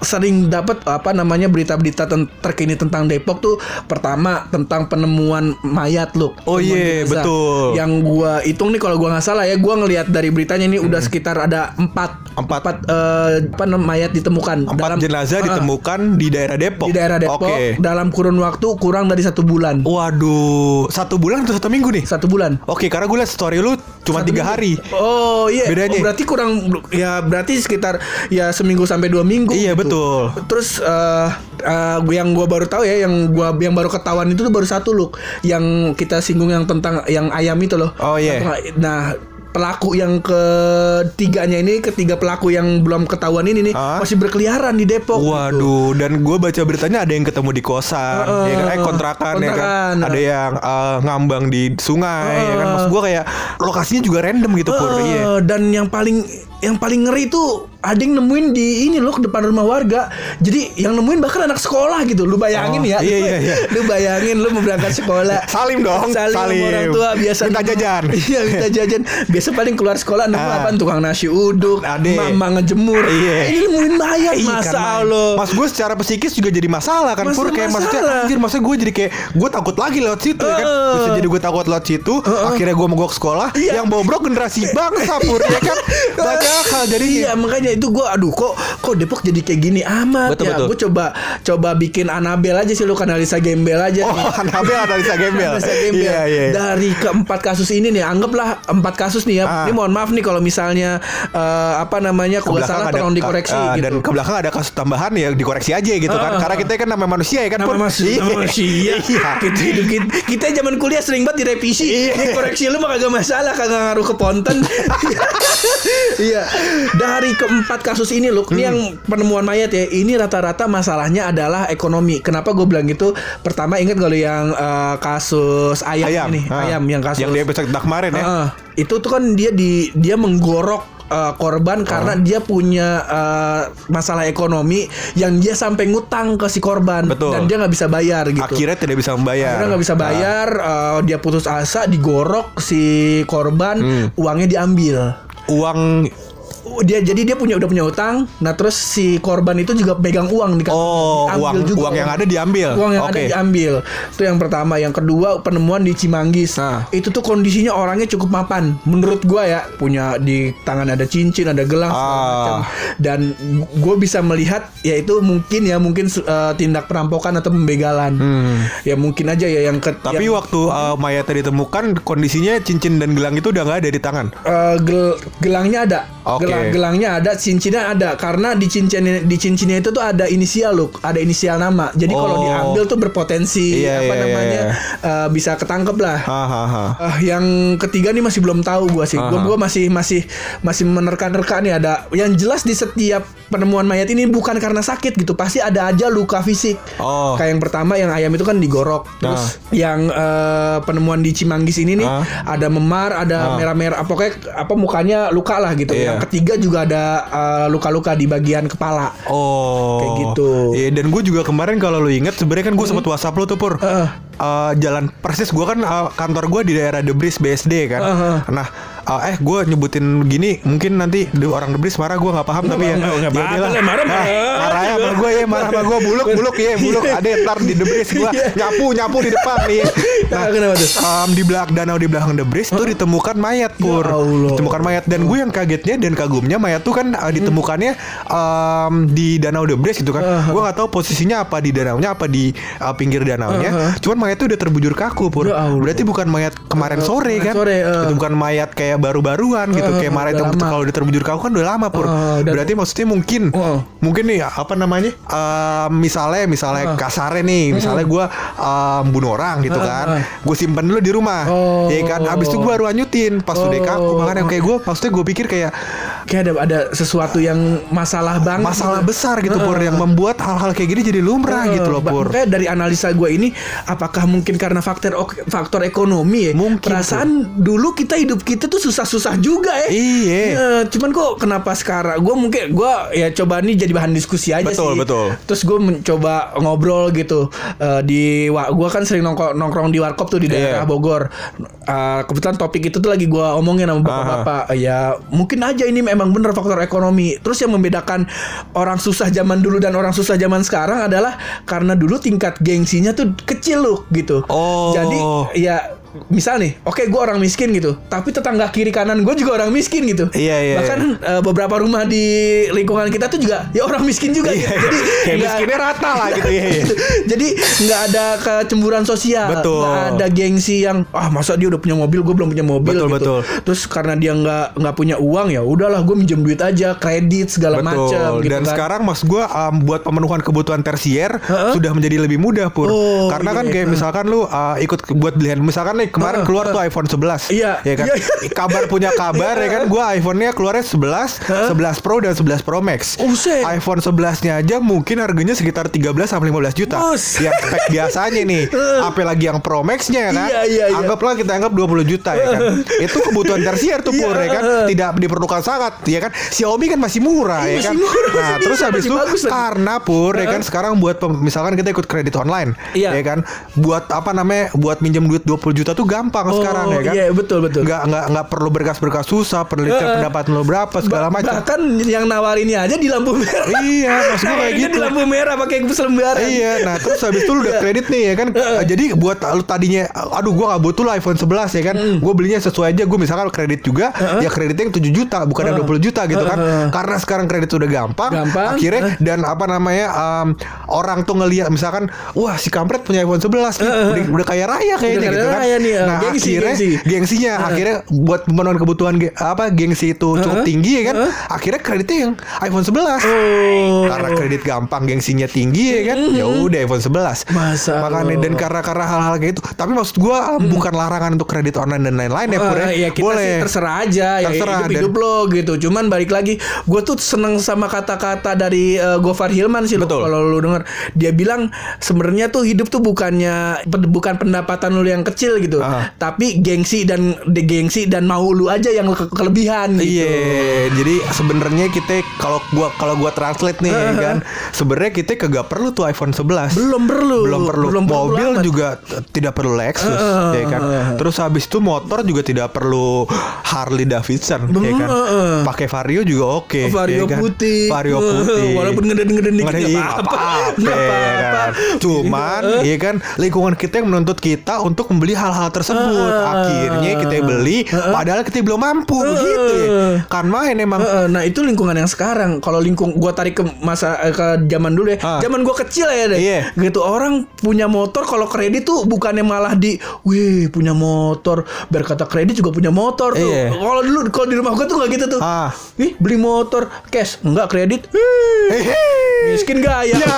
Speaker 3: sering dapat apa namanya berita-berita ten- terkini tentang Depok tuh. Pertama tentang penemuan mayat lu.
Speaker 2: Oh,
Speaker 3: Penemuan
Speaker 2: iya,
Speaker 3: jenazah.
Speaker 2: betul.
Speaker 3: Yang gue hitung nih kalau gue nggak salah ya, gue ngelihat dari beritanya ini udah sekitar ada empat
Speaker 2: Hmm. Empat.
Speaker 3: eh, apa namanya mayat ditemukan.
Speaker 2: Empat jenazah
Speaker 3: Ah,
Speaker 2: ditemukan di daerah Depok.
Speaker 3: di daerah Depok
Speaker 2: Oke. Oh.
Speaker 3: dalam kurun waktu kurang dari satu bulan.
Speaker 2: Waduh, satu bulan atau satu minggu nih?
Speaker 3: Satu bulan.
Speaker 2: Oke, karena gue liat story lu cuma
Speaker 3: Satu
Speaker 2: tiga
Speaker 3: minggu.
Speaker 2: hari.
Speaker 3: Oh iya.
Speaker 2: Bedanya.
Speaker 3: Oh, berarti kurang ya berarti sekitar ya seminggu sampai dua minggu. gitu.
Speaker 2: Iya, betul.
Speaker 3: Terus eh eh, gua- yang gua baru tahu ya yang gua yang baru ketahuan itu tuh baru satu loh yang kita singgung yang tentang yang ayam itu loh.
Speaker 2: Oh, iya.
Speaker 3: Nah pelaku yang ketiganya ini ketiga pelaku yang belum ketahuan ini nih
Speaker 2: Hah?
Speaker 3: masih berkeliaran di Depok. gitu.
Speaker 2: Ah. Waduh, dan gue baca beritanya ada yang ketemu di kosan, ya kan? Eh, kontrakan, ya
Speaker 3: kontrakan.
Speaker 2: kan? Ada yang eh, ngambang di sungai, ya kan? Maksud gue kayak lokasinya juga random gitu, Pur.
Speaker 3: Eh,
Speaker 2: Iya.
Speaker 3: dan yang paling yang paling ngeri itu ada yang nemuin di ini loh ke depan rumah warga. Jadi yang nemuin bahkan anak sekolah gitu. Lu bayangin
Speaker 2: Oh,
Speaker 3: ya.
Speaker 2: iya, iya, iya.
Speaker 3: Lu bayangin lu mau berangkat sekolah.
Speaker 2: <laughs> Salim dong,
Speaker 3: Salim, sama
Speaker 2: salim.
Speaker 3: orang tua biasa.
Speaker 2: Minta jajan.
Speaker 3: <laughs> Iya, minta jajan. Biasa paling keluar sekolah nemu
Speaker 2: Ah.
Speaker 3: apa tukang nasi uduk,
Speaker 2: Ade.
Speaker 3: mama ngejemur.
Speaker 2: Iya.
Speaker 3: Ini nemuin mayat
Speaker 2: Iya,
Speaker 3: masa
Speaker 2: karena-
Speaker 3: Allah.
Speaker 2: Mas gue secara psikis juga jadi masalah kan
Speaker 3: Mas-
Speaker 2: Pur kayak maksudnya
Speaker 3: masalah.
Speaker 2: anjir maksudnya gue jadi kayak gue takut lagi lewat situ ya kan.
Speaker 3: Heeh. Iya.
Speaker 2: Bisa jadi gue takut lewat situ, akhirnya gue mogok sekolah yang bobrok generasi
Speaker 3: <laughs>
Speaker 2: bangsa Pur ya kan. Banyak hal jadi
Speaker 3: iya makanya itu gua aduh kok kok Depok jadi kayak gini amat
Speaker 2: Betul,
Speaker 3: ya
Speaker 2: betul.
Speaker 3: Gua coba coba bikin Anabel aja sih lu kanalisa gembel aja
Speaker 2: Oh,
Speaker 3: nih.
Speaker 2: Anabel analisa gembel.
Speaker 3: Analisa gembel.
Speaker 2: Iya, iya.
Speaker 3: dari keempat kasus ini nih anggaplah empat kasus nih ya
Speaker 2: Ah.
Speaker 3: ini mohon maaf nih kalau misalnya eh, apa namanya kalau
Speaker 2: Kebelakang
Speaker 3: salah
Speaker 2: ada-
Speaker 3: tolong dikoreksi
Speaker 2: ah,
Speaker 3: gitu
Speaker 2: dan ke belakang ada kasus tambahan ya dikoreksi aja gitu kan
Speaker 3: Ah,
Speaker 2: karena kita kan namanya manusia ya kan
Speaker 3: Nama
Speaker 2: Pur.
Speaker 3: masih
Speaker 2: Iya.
Speaker 3: manusia
Speaker 2: <laughs> Iya.
Speaker 3: kita, hidup kita, gitu, kita zaman kuliah sering banget direvisi Ini koreksi lu mah kagak masalah kagak ngaruh ke ponten
Speaker 2: <laughs>
Speaker 3: iya dari keempat kasus ini loh
Speaker 2: Hmm.
Speaker 3: ini yang penemuan mayat ya ini rata-rata masalahnya adalah ekonomi kenapa gue bilang gitu pertama ingat kalau yang eh, kasus ayam,
Speaker 2: ayam
Speaker 3: ini
Speaker 2: ah.
Speaker 3: ayam yang kasus
Speaker 2: yang dia episode kita kemarin ya
Speaker 3: Heeh. itu tuh kan dia di dia menggorok eh, korban karena
Speaker 2: Oh.
Speaker 3: dia punya eh, masalah ekonomi yang dia sampai ngutang ke si korban
Speaker 2: Betul.
Speaker 3: dan dia nggak bisa bayar gitu.
Speaker 2: akhirnya tidak bisa membayar
Speaker 3: Akhirnya nggak bisa
Speaker 2: Ah.
Speaker 3: bayar, eh, dia putus asa, digorok si korban,
Speaker 2: Hmm.
Speaker 3: uangnya diambil.
Speaker 2: uang
Speaker 3: Uh, Dia jadi dia punya udah punya utang, nah terus si korban itu juga megang uang di
Speaker 2: oh uang uang yang ada diambil
Speaker 3: uang yang
Speaker 2: Oke.
Speaker 3: ada diambil. Itu yang pertama, yang kedua penemuan di Cimanggis.
Speaker 2: Ah.
Speaker 3: Itu tuh kondisinya orangnya cukup mapan menurut gua ya. Punya di tangan ada cincin, ada gelang
Speaker 2: Ah.
Speaker 3: segala macam. Dan gue bisa melihat yaitu mungkin ya mungkin eh, tindak perampokan atau pembegalan. Ya mungkin aja ya yang ke
Speaker 2: Hmm. tapi
Speaker 3: yang,
Speaker 2: waktu uh, mayatnya ditemukan kondisinya cincin dan gelang itu udah nggak ada di tangan
Speaker 3: eh, gel- gelangnya ada.
Speaker 2: Oke.
Speaker 3: Gelang- gelangnya ada, cincinnya ada karena di cincinnya di cincinnya itu tuh ada inisial loh, ada inisial nama. Jadi kalau
Speaker 2: Oh.
Speaker 3: diambil tuh berpotensi
Speaker 2: Iya,
Speaker 3: apa
Speaker 2: iya,
Speaker 3: namanya
Speaker 2: iya.
Speaker 3: eh, bisa ketangkep lah.
Speaker 2: Hahaha.
Speaker 3: Ah, yang ketiga nih masih belum tahu gua sih. Gua,
Speaker 2: Aha.
Speaker 3: gua masih masih masih menerka-nerka nih ada yang jelas di setiap penemuan mayat ini bukan karena sakit gitu. Pasti ada aja luka fisik.
Speaker 2: Oh. Nah.
Speaker 3: Kayak yang pertama yang ayam itu kan digorok. Terus yang eh, penemuan di Cimanggis ini nih
Speaker 2: Ah.
Speaker 3: ada memar, ada merah-merah apa kayak apa mukanya luka lah gitu.
Speaker 2: Nah. Iya.
Speaker 3: Yang ketiga juga ada eh, luka-luka di bagian kepala.
Speaker 2: Oh,
Speaker 3: Kayak gitu. Hmm.
Speaker 2: Iya, dan gue juga kemarin kalau lu inget, sebenarnya kan gue sempet WhatsApp lu tuh pur.
Speaker 3: Heeh.
Speaker 2: Eh, jalan persis gue kan eh, kantor gue di daerah Debris BSD kan.
Speaker 3: Heeh.
Speaker 2: Nah, eh, eh gue nyebutin gini, mungkin nanti de- orang Debris marah gue nggak paham tapi ya.
Speaker 3: nggak-
Speaker 2: ya
Speaker 3: nggak apa-apa
Speaker 2: udahlah.
Speaker 3: lah, marah,
Speaker 2: Nah,
Speaker 3: marah.
Speaker 2: marah ya sama gue ya, marah sama gue buluk buluk ya, buluk. Ada ntar di Debris
Speaker 3: <laughs>
Speaker 2: gue
Speaker 3: Iya.
Speaker 2: nyapu nyapu di depan nih. Nah,
Speaker 3: Nah, kenapa tuh?
Speaker 2: em, di belakang danau di belakang Debris tuh ditemukan mayat pur.
Speaker 3: Ya Allah. Hmm.
Speaker 2: Ditemukan mayat dan gue yang kagetnya dan kagumnya mayat tuh kan eh, ditemukannya em, di danau Debres gitu kan. Gue nggak tahu posisinya apa di danaunya apa di eh, pinggir danaunya. Cuman mayat tuh udah terbujur kaku pur.
Speaker 3: Ya Allah.
Speaker 2: Berarti bukan mayat kemarin sore
Speaker 3: kemarin
Speaker 2: kan?
Speaker 3: sore, eh.
Speaker 2: Itu bukan mayat kayak baru-baruan gitu.
Speaker 3: Eh,
Speaker 2: kayak mayat
Speaker 3: udah
Speaker 2: yang
Speaker 3: lama.
Speaker 2: kalau udah terbujur kaku kan udah lama pur.
Speaker 3: Eh, dan-
Speaker 2: Berarti maksudnya mungkin
Speaker 3: Oh.
Speaker 2: mungkin nih apa namanya? em, misalnya misalnya
Speaker 3: Ah.
Speaker 2: kasarnya nih, misalnya gue em, bunuh orang gitu kan.
Speaker 3: eh.
Speaker 2: Gue simpen dulu di rumah.
Speaker 3: Oh.
Speaker 2: Ya kan abis itu gue baru anyutin pas udah kaku
Speaker 3: Oh.
Speaker 2: makanya kayak gue maksudnya gue pikir kayak
Speaker 3: Kayak ada ada sesuatu yang masalah banget.
Speaker 2: masalah besar gitu pur
Speaker 3: Ah.
Speaker 2: yang membuat hal-hal kayak gini jadi lumrah
Speaker 3: Eh,
Speaker 2: gitu loh
Speaker 3: ba-
Speaker 2: pur
Speaker 3: Makanya dari analisa gue ini apakah mungkin karena faktor ok- faktor ekonomi ya?
Speaker 2: Mungkin,
Speaker 3: Perasaan dulu kita hidup kita tuh susah-susah juga ya.
Speaker 2: Iya.
Speaker 3: Eh, cuman kok kenapa sekarang? Gue mungkin gue ya coba nih jadi bahan diskusi aja
Speaker 2: Betul,
Speaker 3: sih.
Speaker 2: betul.
Speaker 3: Terus gue mencoba ngobrol gitu eh, di wa- gue kan sering nongkrong, nongkrong di warkop tuh di daerah
Speaker 2: Iya.
Speaker 3: Bogor. Eh, kebetulan topik itu tuh lagi gue omongin sama bapak-bapak. Eh, Ya mungkin aja ini memang bener faktor ekonomi. Terus yang membedakan orang susah zaman dulu dan orang susah zaman sekarang adalah karena dulu tingkat gengsinya tuh kecil loh gitu.
Speaker 2: Oh.
Speaker 3: Jadi ya misal nih, oke gue orang miskin gitu, tapi tetangga kiri kanan gue juga orang miskin gitu.
Speaker 2: Iya, iya,
Speaker 3: Bahkan eh, beberapa rumah di lingkungan kita tuh juga ya orang miskin juga. gitu. Jadi
Speaker 2: Iya, kayak
Speaker 3: nggak-
Speaker 2: miskinnya rata lah gitu ya
Speaker 3: Jadi nggak ada kecemburuan sosial,
Speaker 2: Betul.
Speaker 3: nggak ada gengsi yang ah masa dia udah punya mobil, gue belum punya mobil
Speaker 2: Betul,
Speaker 3: gitu.
Speaker 2: betul.
Speaker 3: Terus karena dia nggak nggak punya uang ya udahlah gue minjem duit aja, kredit segala macam
Speaker 2: betul
Speaker 3: gitu
Speaker 2: dan
Speaker 3: kan.
Speaker 2: sekarang mas gue buat pemenuhan kebutuhan tersier sudah menjadi lebih mudah pur
Speaker 3: Oh,
Speaker 2: karena kan
Speaker 3: iya.
Speaker 2: kayak misalkan lu uh, ikut ke- buat belian misalkan nih kemarin keluar tuh iPhone 11
Speaker 3: Iya.
Speaker 2: ya kan
Speaker 3: Iya.
Speaker 2: kabar punya kabar ya kan gua iPhone-nya keluarnya 11 11 Pro dan 11 Pro Max
Speaker 3: Buset.
Speaker 2: iPhone 11-nya aja mungkin harganya sekitar 13 sampai 15 juta
Speaker 3: Buset.
Speaker 2: yang spek biasanya
Speaker 3: <laughs>
Speaker 2: nih apalagi yang Pro Max-nya ya kan
Speaker 3: Iya, iya, iya.
Speaker 2: anggaplah kita anggap 20 juta ya kan itu kebutuhan tersier
Speaker 3: Iya,
Speaker 2: tuh pur ya kan tidak diperlukan sangat ya kan Xiaomi kan masih murah ya
Speaker 3: Iya,
Speaker 2: kan
Speaker 3: masih murah,
Speaker 2: nah
Speaker 3: masih
Speaker 2: terus
Speaker 3: bisa,
Speaker 2: habis
Speaker 3: masih
Speaker 2: itu
Speaker 3: bagus lagi.
Speaker 2: karena pur ya kan sekarang buat pem- misalkan kita ikut kredit online
Speaker 3: Iya.
Speaker 2: ya kan buat apa namanya buat minjem duit 20 juta tuh gampang
Speaker 3: Oh,
Speaker 2: sekarang ya kan
Speaker 3: iya, betul, betul.
Speaker 2: nggak nggak nggak perlu berkas-berkas susah penelitian
Speaker 3: Eh, eh.
Speaker 2: pendapat lo berapa segala
Speaker 3: Ba-
Speaker 2: macam
Speaker 3: Bahkan yang nawarinnya aja di lampu merah.
Speaker 2: iya maksud gue kayak
Speaker 3: Nawarinnya
Speaker 2: gitu
Speaker 3: <laughs> di lampu merah pakai selembaran.
Speaker 2: Iya, nah terus habis itu lu
Speaker 3: Iya.
Speaker 2: udah kredit nih ya kan. Jadi buat lu tadinya aduh gua nggak butuh lah iPhone 11 ya kan. Gua belinya sesuai aja gua misalkan kredit juga ya kreditnya yang 7 juta bukan yang 20 juta gitu kan. Karena sekarang kredit udah gampang,
Speaker 3: Gampang.
Speaker 2: akhirnya dan apa namanya um, orang tuh ngelihat misalkan wah si kampret punya iPhone 11 nih, udah, udah kaya raya kayaknya
Speaker 3: kaya
Speaker 2: gitu kan.
Speaker 3: raya nih, ya.
Speaker 2: Nah,
Speaker 3: Gengsi,
Speaker 2: akhirnya
Speaker 3: gengsi.
Speaker 2: gengsinya akhirnya buat pemenuhan kebutuhan ge- apa gengsi itu cukup tinggi ya kan. Akhirnya kreditnya yang iPhone 11
Speaker 3: Oh.
Speaker 2: karena kredit gampang gengsinya tinggi ya kan ya udah iPhone 11
Speaker 3: Masa
Speaker 2: makanya
Speaker 3: lo.
Speaker 2: dan karena karena hal-hal kayak itu tapi maksud gua bukan larangan untuk kredit online dan lain-lain ya
Speaker 3: Eh,
Speaker 2: Pur ya.
Speaker 3: iya, kita
Speaker 2: boleh
Speaker 3: sih terserah aja ya
Speaker 2: Terserah,
Speaker 3: hidup hidup
Speaker 2: dan-
Speaker 3: lo gitu cuman balik lagi gue tuh seneng sama kata-kata dari eh, Gofar Hilman sih lo
Speaker 2: Betul.
Speaker 3: kalau lo denger dia bilang sebenarnya tuh hidup tuh bukannya pen- bukan pendapatan lo yang kecil gitu
Speaker 2: Ah.
Speaker 3: tapi gengsi dan de gengsi dan mau lu aja yang ke- kelebihan gitu
Speaker 2: Iya, jadi sebenarnya kita kalau gua kalau gua translate nih ya kan, sebenarnya kita kagak perlu tuh iPhone 11.
Speaker 3: Belum perlu.
Speaker 2: Belum perlu.
Speaker 3: Belum perlu Eh.
Speaker 2: Mobil
Speaker 3: amat.
Speaker 2: juga t- tidak perlu Lexus ya kan. Terus habis itu motor juga tidak perlu Harley Davidson ya kan.
Speaker 3: Bener, eh.
Speaker 2: Pakai Vario juga oke ya
Speaker 3: Vario
Speaker 2: kan?
Speaker 3: putih.
Speaker 2: Vario
Speaker 3: Eh,
Speaker 2: putih.
Speaker 3: walaupun ngeden-ngeden dikit,
Speaker 2: Ngeden-
Speaker 3: nggak
Speaker 2: iya,
Speaker 3: apa-apa.
Speaker 2: nggak
Speaker 3: Nggak
Speaker 2: apa-apa. ya
Speaker 3: apa-apa. Eh.
Speaker 2: kan. Cuman ya kan lingkungan kita yang menuntut kita untuk membeli hal-hal tersebut.
Speaker 3: Eh.
Speaker 2: Akhirnya kita beli padahal kita belum mampu begitu ya. Kan main emang.
Speaker 3: Heeh, nah itu lingkungan yang sekarang. Kalau lingkung gua tarik ke masa eh, ke zaman dulu ya.
Speaker 2: Ah.
Speaker 3: Zaman gua kecil ya deh.
Speaker 2: Iya.
Speaker 3: Gitu orang punya motor kalau kredit tuh bukannya malah di wih punya motor biar kata kredit juga punya motor tuh.
Speaker 2: Iya.
Speaker 3: Kalau dulu kalau di rumah gua tuh nggak gitu tuh.
Speaker 2: Ah.
Speaker 3: Ih, beli motor cash, enggak kredit. Hih,
Speaker 2: Hehehe.
Speaker 3: miskin gaya.
Speaker 2: Eh, Ya.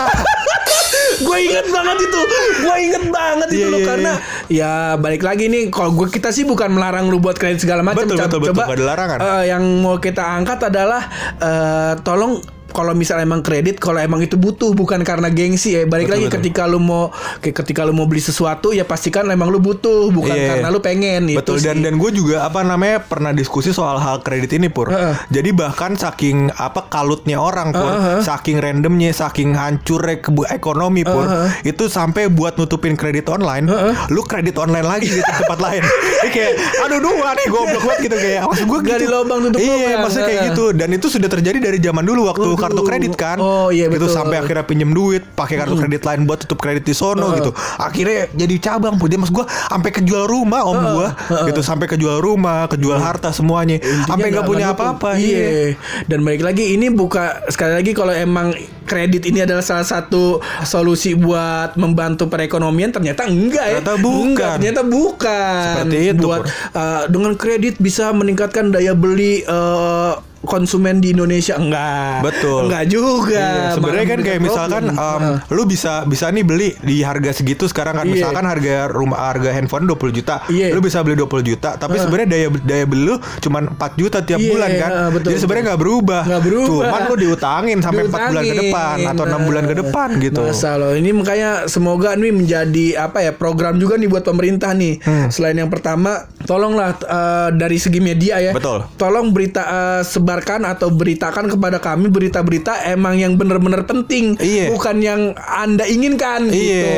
Speaker 3: gue inget banget itu gue inget banget itu
Speaker 2: Iya,
Speaker 3: loh
Speaker 2: iya,
Speaker 3: karena ya balik lagi nih kalau gue kita sih bukan melarang lu buat kredit segala macam
Speaker 2: Betul,
Speaker 3: Coba-
Speaker 2: betul, betul.
Speaker 3: coba,
Speaker 2: Nggak ada larangan.
Speaker 3: eh, yang mau kita angkat adalah eh, tolong kalau misalnya emang kredit kalau emang itu butuh bukan karena gengsi ya balik lagi ketika lu mau ke- ketika lu mau beli sesuatu ya pastikan emang lu butuh bukan
Speaker 2: Iya, iya.
Speaker 3: karena lu pengen
Speaker 2: Betul
Speaker 3: itu
Speaker 2: dan
Speaker 3: sih.
Speaker 2: dan gue juga apa namanya pernah diskusi soal hal kredit ini pur.
Speaker 3: Heeh.
Speaker 2: Jadi bahkan saking apa kalutnya orang pur, saking randomnya, saking hancurnya kebu ekonomi pur, itu sampai buat nutupin kredit online, lu kredit online lagi gitu ke tempat <laughs> lain. Ini kayak aduh dua nih goblok banget gitu kayak maksud gue
Speaker 3: Gali lubang, tutup
Speaker 2: Iya,
Speaker 3: lubang.
Speaker 2: maksudnya kayak
Speaker 3: Heeh.
Speaker 2: gitu dan itu sudah terjadi dari zaman dulu waktu
Speaker 3: Waduh.
Speaker 2: kartu kredit kan.
Speaker 3: Oh, iya,
Speaker 2: Gitu
Speaker 3: betul.
Speaker 2: sampai akhirnya pinjem duit, pakai kartu kredit lain buat tutup kredit di sono gitu. Akhirnya jadi cabang pur. Dia maksud gue sampai kejual rumah om gua gitu sampai kejual rumah kejual harta semuanya sampai nggak punya apa-apa iya
Speaker 3: Iya. Dan balik lagi ini buka sekali lagi kalau emang kredit ini adalah salah satu solusi buat membantu perekonomian ternyata enggak ya.
Speaker 2: Ternyata bukan.
Speaker 3: Enggak, ternyata bukan.
Speaker 2: Seperti itu,
Speaker 3: Buat
Speaker 2: Pur.
Speaker 3: eh, dengan kredit bisa meningkatkan daya beli eh, konsumen di Indonesia enggak.
Speaker 2: Betul.
Speaker 3: Enggak juga.
Speaker 2: Iya, sebenarnya
Speaker 3: Malah
Speaker 2: kan kayak
Speaker 3: meningkat
Speaker 2: misalkan
Speaker 3: Nah, problem.
Speaker 2: em,
Speaker 3: Heeh.
Speaker 2: lu bisa bisa nih beli di harga segitu sekarang kan
Speaker 3: Iya.
Speaker 2: misalkan harga rumah harga handphone 20 juta
Speaker 3: Iya.
Speaker 2: lu bisa beli 20 juta tapi sebenarnya daya daya beli lu cuman 4 juta tiap
Speaker 3: Iya,
Speaker 2: bulan kan
Speaker 3: ah, betul,
Speaker 2: jadi sebenarnya
Speaker 3: betul.
Speaker 2: nggak berubah
Speaker 3: Nggak berubah.
Speaker 2: cuman lu diutangin sampai 4 bulan ke depan atau 6 bulan ke depan gitu
Speaker 3: Masa loh ini makanya semoga ini menjadi apa ya program juga nih buat pemerintah nih.
Speaker 2: Hmm.
Speaker 3: Selain yang pertama, tolonglah eh, dari segi media ya.
Speaker 2: Betul.
Speaker 3: Tolong berita eh, sebarkan atau beritakan kepada kami berita-berita emang yang benar-benar penting,
Speaker 2: Iya.
Speaker 3: bukan yang Anda inginkan
Speaker 2: Iya.
Speaker 3: gitu.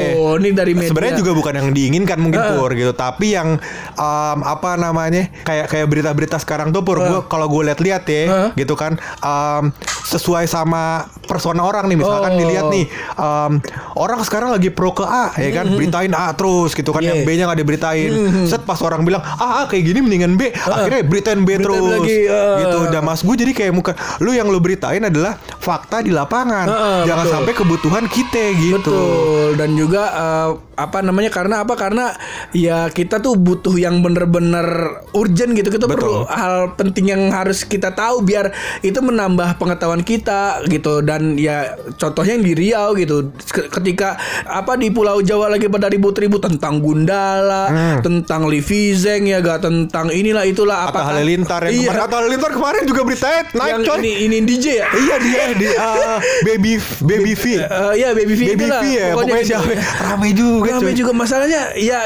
Speaker 3: Ini dari media.
Speaker 2: Sebenarnya juga bukan yang diinginkan mungkin pur gitu, tapi yang um, apa namanya kayak kayak berita-berita sekarang tuh pur, gua kalau gue lihat-lihat ya,
Speaker 3: Heeh.
Speaker 2: gitu kan um, sesuai sama persona orang nih, misalkan
Speaker 3: Oh.
Speaker 2: dilihat nih um, orang
Speaker 3: Mm-hmm.
Speaker 2: sekarang lagi pro ke A ya kan, beritain A terus gitu kan, yang
Speaker 3: Iya. Mm-hmm.
Speaker 2: B-nya nggak diberitain. Set pas orang bilang A A kayak gini mendingan B akhirnya beritain B
Speaker 3: Beritain
Speaker 2: terus
Speaker 3: lagi, eh.
Speaker 2: gitu dan mas gue jadi kayak muka lu yang lu beritain adalah fakta di lapangan
Speaker 3: Eh, eh,
Speaker 2: jangan
Speaker 3: betul.
Speaker 2: sampai kebutuhan kita gitu
Speaker 3: Betul dan juga eh, apa namanya karena apa karena ya kita tuh butuh yang bener-bener urgent gitu kita perlu
Speaker 2: Betul.
Speaker 3: hal penting yang harus kita tahu biar itu menambah pengetahuan kita gitu dan ya contohnya yang di Riau gitu Ke- ketika apa di Pulau Jawa lagi pada ribut-ribut tentang Gundala
Speaker 2: Hmm.
Speaker 3: tentang Livizeng ya gak tentang inilah itulah
Speaker 2: Atta
Speaker 3: apa
Speaker 2: Halilintar yang
Speaker 3: iya,
Speaker 2: kemarin Atta Halilintar kemarin juga beritain naik
Speaker 3: yang
Speaker 2: coy
Speaker 3: ini ini DJ ya
Speaker 2: iya dia di <laughs>
Speaker 4: Ah,
Speaker 2: eh, baby baby V
Speaker 3: Eh, ya baby V
Speaker 2: baby
Speaker 3: itulah,
Speaker 2: V ya pokoknya
Speaker 3: gitu.
Speaker 2: siapa rame juga
Speaker 3: Rame
Speaker 2: coy.
Speaker 3: juga masalahnya ya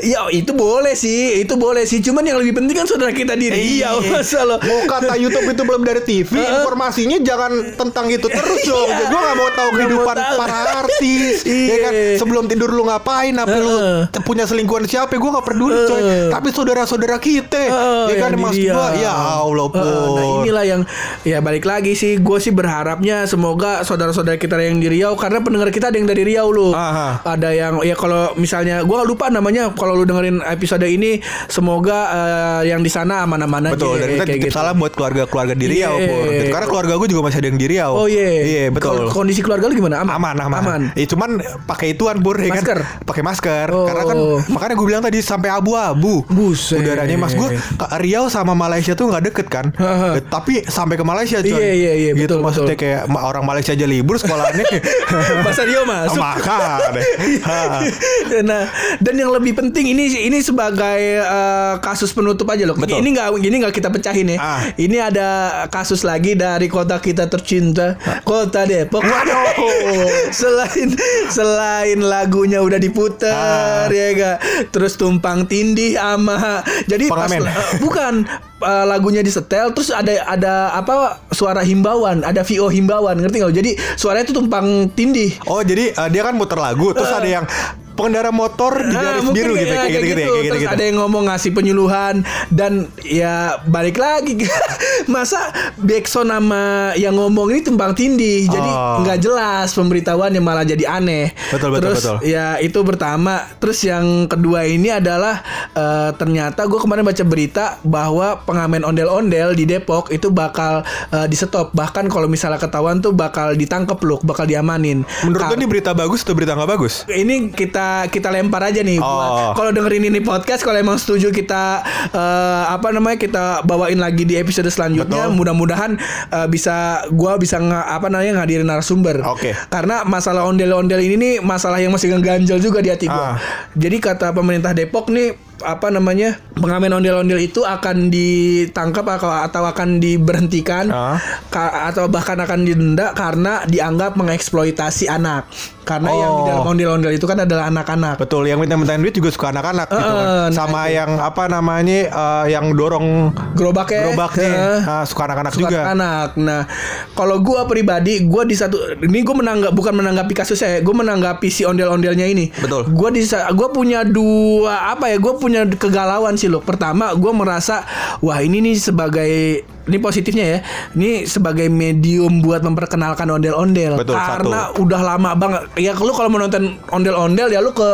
Speaker 3: ya itu boleh sih, itu boleh sih. Cuman yang lebih penting kan saudara kita di
Speaker 2: Eh,
Speaker 3: Riau
Speaker 2: iya.
Speaker 3: masa lo.
Speaker 4: Iya. Mau kata YouTube itu belum dari TV, informasinya jangan tentang itu terus dong.
Speaker 3: Iya.
Speaker 4: Gue gak mau tahu
Speaker 3: Nggak mau
Speaker 4: kehidupan
Speaker 3: tahu.
Speaker 4: para artis.
Speaker 3: Iya.
Speaker 4: ya kan? Sebelum tidur lu ngapain? Apa lu te- punya selingkuhan siapa? Gue gak peduli coy. Tapi saudara-saudara kita,
Speaker 3: Eh,
Speaker 4: ya
Speaker 2: Iya,
Speaker 4: kan
Speaker 3: yang di
Speaker 4: mas
Speaker 3: Riau.
Speaker 4: gua, ya Allah
Speaker 3: Eh, Nah
Speaker 4: pun.
Speaker 3: inilah yang ya balik lagi sih gue sih berharapnya semoga saudara-saudara kita yang di Riau karena pendengar kita ada yang dari Riau loh.
Speaker 2: Aha.
Speaker 3: Ada yang ya kalau misalnya gue lupa namanya kalau lu dengerin episode ini semoga eh, yang di sana aman-aman aja.
Speaker 2: Betul, dan kita
Speaker 3: kayak
Speaker 2: titip
Speaker 3: gitu.
Speaker 2: salam buat keluarga-keluarga di
Speaker 3: Iya.
Speaker 2: Riau, Pur. Gitu. Karena keluarga gue juga masih ada yang di Riau.
Speaker 3: Oh iya.
Speaker 2: Iya, betul.
Speaker 3: Ko- Kondisi keluarga lu gimana?
Speaker 2: aman, aman. <laughs> Ya, cuman pakai ituan, Pur, ya
Speaker 3: Masker?
Speaker 2: kan? Pakai masker.
Speaker 3: Oh.
Speaker 2: Karena kan makanya gue bilang tadi sampai abu-abu.
Speaker 3: Buset.
Speaker 2: Udaranya Mas gue ke Riau sama Malaysia tuh nggak deket kan?
Speaker 3: Heeh.
Speaker 2: Eh, Tapi sampai ke Malaysia, coy.
Speaker 3: Iya, iya, iya,
Speaker 2: Gitu
Speaker 3: betul,
Speaker 2: maksudnya kayak ma- orang Malaysia aja libur sekolahannya.
Speaker 3: <laughs> Mas Rio masuk.
Speaker 2: Makan.
Speaker 3: <laughs>
Speaker 2: Ha.
Speaker 3: nah, dan yang lebih penting ini ini sebagai eh, kasus penutup aja loh.
Speaker 2: Betul.
Speaker 3: Ini nggak ini nggak kita pecahin ya.
Speaker 2: Ah.
Speaker 3: Ini ada kasus lagi dari kota kita tercinta, kota Depok.
Speaker 2: Ah. Waduh.
Speaker 3: <laughs> selain selain lagunya udah
Speaker 2: Ah.
Speaker 3: diputer ya gak? Terus tumpang tindih sama jadi pas-
Speaker 2: Pengamen.
Speaker 3: eh, bukan eh, lagunya disetel terus ada ada apa suara himbauan, ada VO himbauan, ngerti nggak? lo? Jadi suaranya itu tumpang tindih.
Speaker 2: Oh jadi eh, dia kan muter lagu terus ada yang pengendara motor di
Speaker 3: Ah,
Speaker 2: garis
Speaker 3: mungkin
Speaker 2: biru gitu
Speaker 3: ya,
Speaker 2: kayak gitu, ya, kayak gitu,
Speaker 3: Terus
Speaker 2: gitu.
Speaker 3: ada yang ngomong ngasih penyuluhan dan ya balik lagi <laughs> masa Backson sama yang ngomong ini tumpang tindih jadi
Speaker 2: Oh.
Speaker 3: nggak jelas pemberitahuannya malah jadi aneh
Speaker 2: Betul, betul,
Speaker 3: terus
Speaker 2: betul.
Speaker 3: ya itu pertama terus yang kedua ini adalah eh, ternyata gue kemarin baca berita bahwa pengamen ondel-ondel di Depok itu bakal eh, di stop bahkan kalau misalnya ketahuan tuh bakal ditangkep loh bakal diamanin
Speaker 2: Menurut
Speaker 3: Kar-
Speaker 2: lo ini berita bagus atau berita nggak bagus?
Speaker 3: ini kita kita lempar aja nih buat
Speaker 2: Oh.
Speaker 3: kalau dengerin ini podcast kalau emang setuju kita eh, apa namanya kita bawain lagi di episode selanjutnya
Speaker 2: Betul.
Speaker 3: mudah-mudahan eh, bisa gua bisa nge, apa namanya ngadirin narasumber
Speaker 2: Oke.
Speaker 3: karena masalah ondel-ondel ini nih masalah yang masih ngeganjel juga di hati
Speaker 2: Ah.
Speaker 3: gua jadi kata pemerintah Depok nih apa namanya pengamen ondel-ondel itu akan ditangkap atau, atau akan diberhentikan
Speaker 2: Ah.
Speaker 3: ka- atau bahkan akan didenda karena dianggap mengeksploitasi anak karena yang di
Speaker 2: Oh.
Speaker 3: dalam ondel-ondel itu kan adalah anak-anak
Speaker 2: Betul, yang minta-mintain duit juga suka anak-anak gitu kan.
Speaker 3: Eh, nah
Speaker 2: Sama yang apa namanya eh, yang dorong
Speaker 3: gerobaknya
Speaker 2: gerobaknya
Speaker 3: eh,
Speaker 2: Ah, suka anak-anak
Speaker 3: suka
Speaker 2: juga.
Speaker 3: anak nah kalau gua pribadi gua di satu ini gue menanggap bukan menanggapi kasusnya ya gue menanggapi si ondel-ondelnya ini
Speaker 2: Betul.
Speaker 3: gua di sa- gua punya dua apa ya gue punya kegalauan sih loh pertama gua merasa wah ini nih sebagai ini positifnya ya ini sebagai medium buat memperkenalkan ondel-ondel
Speaker 2: Betul, satu.
Speaker 3: karena udah lama banget ya lu kalau mau nonton ondel-ondel ya lu ke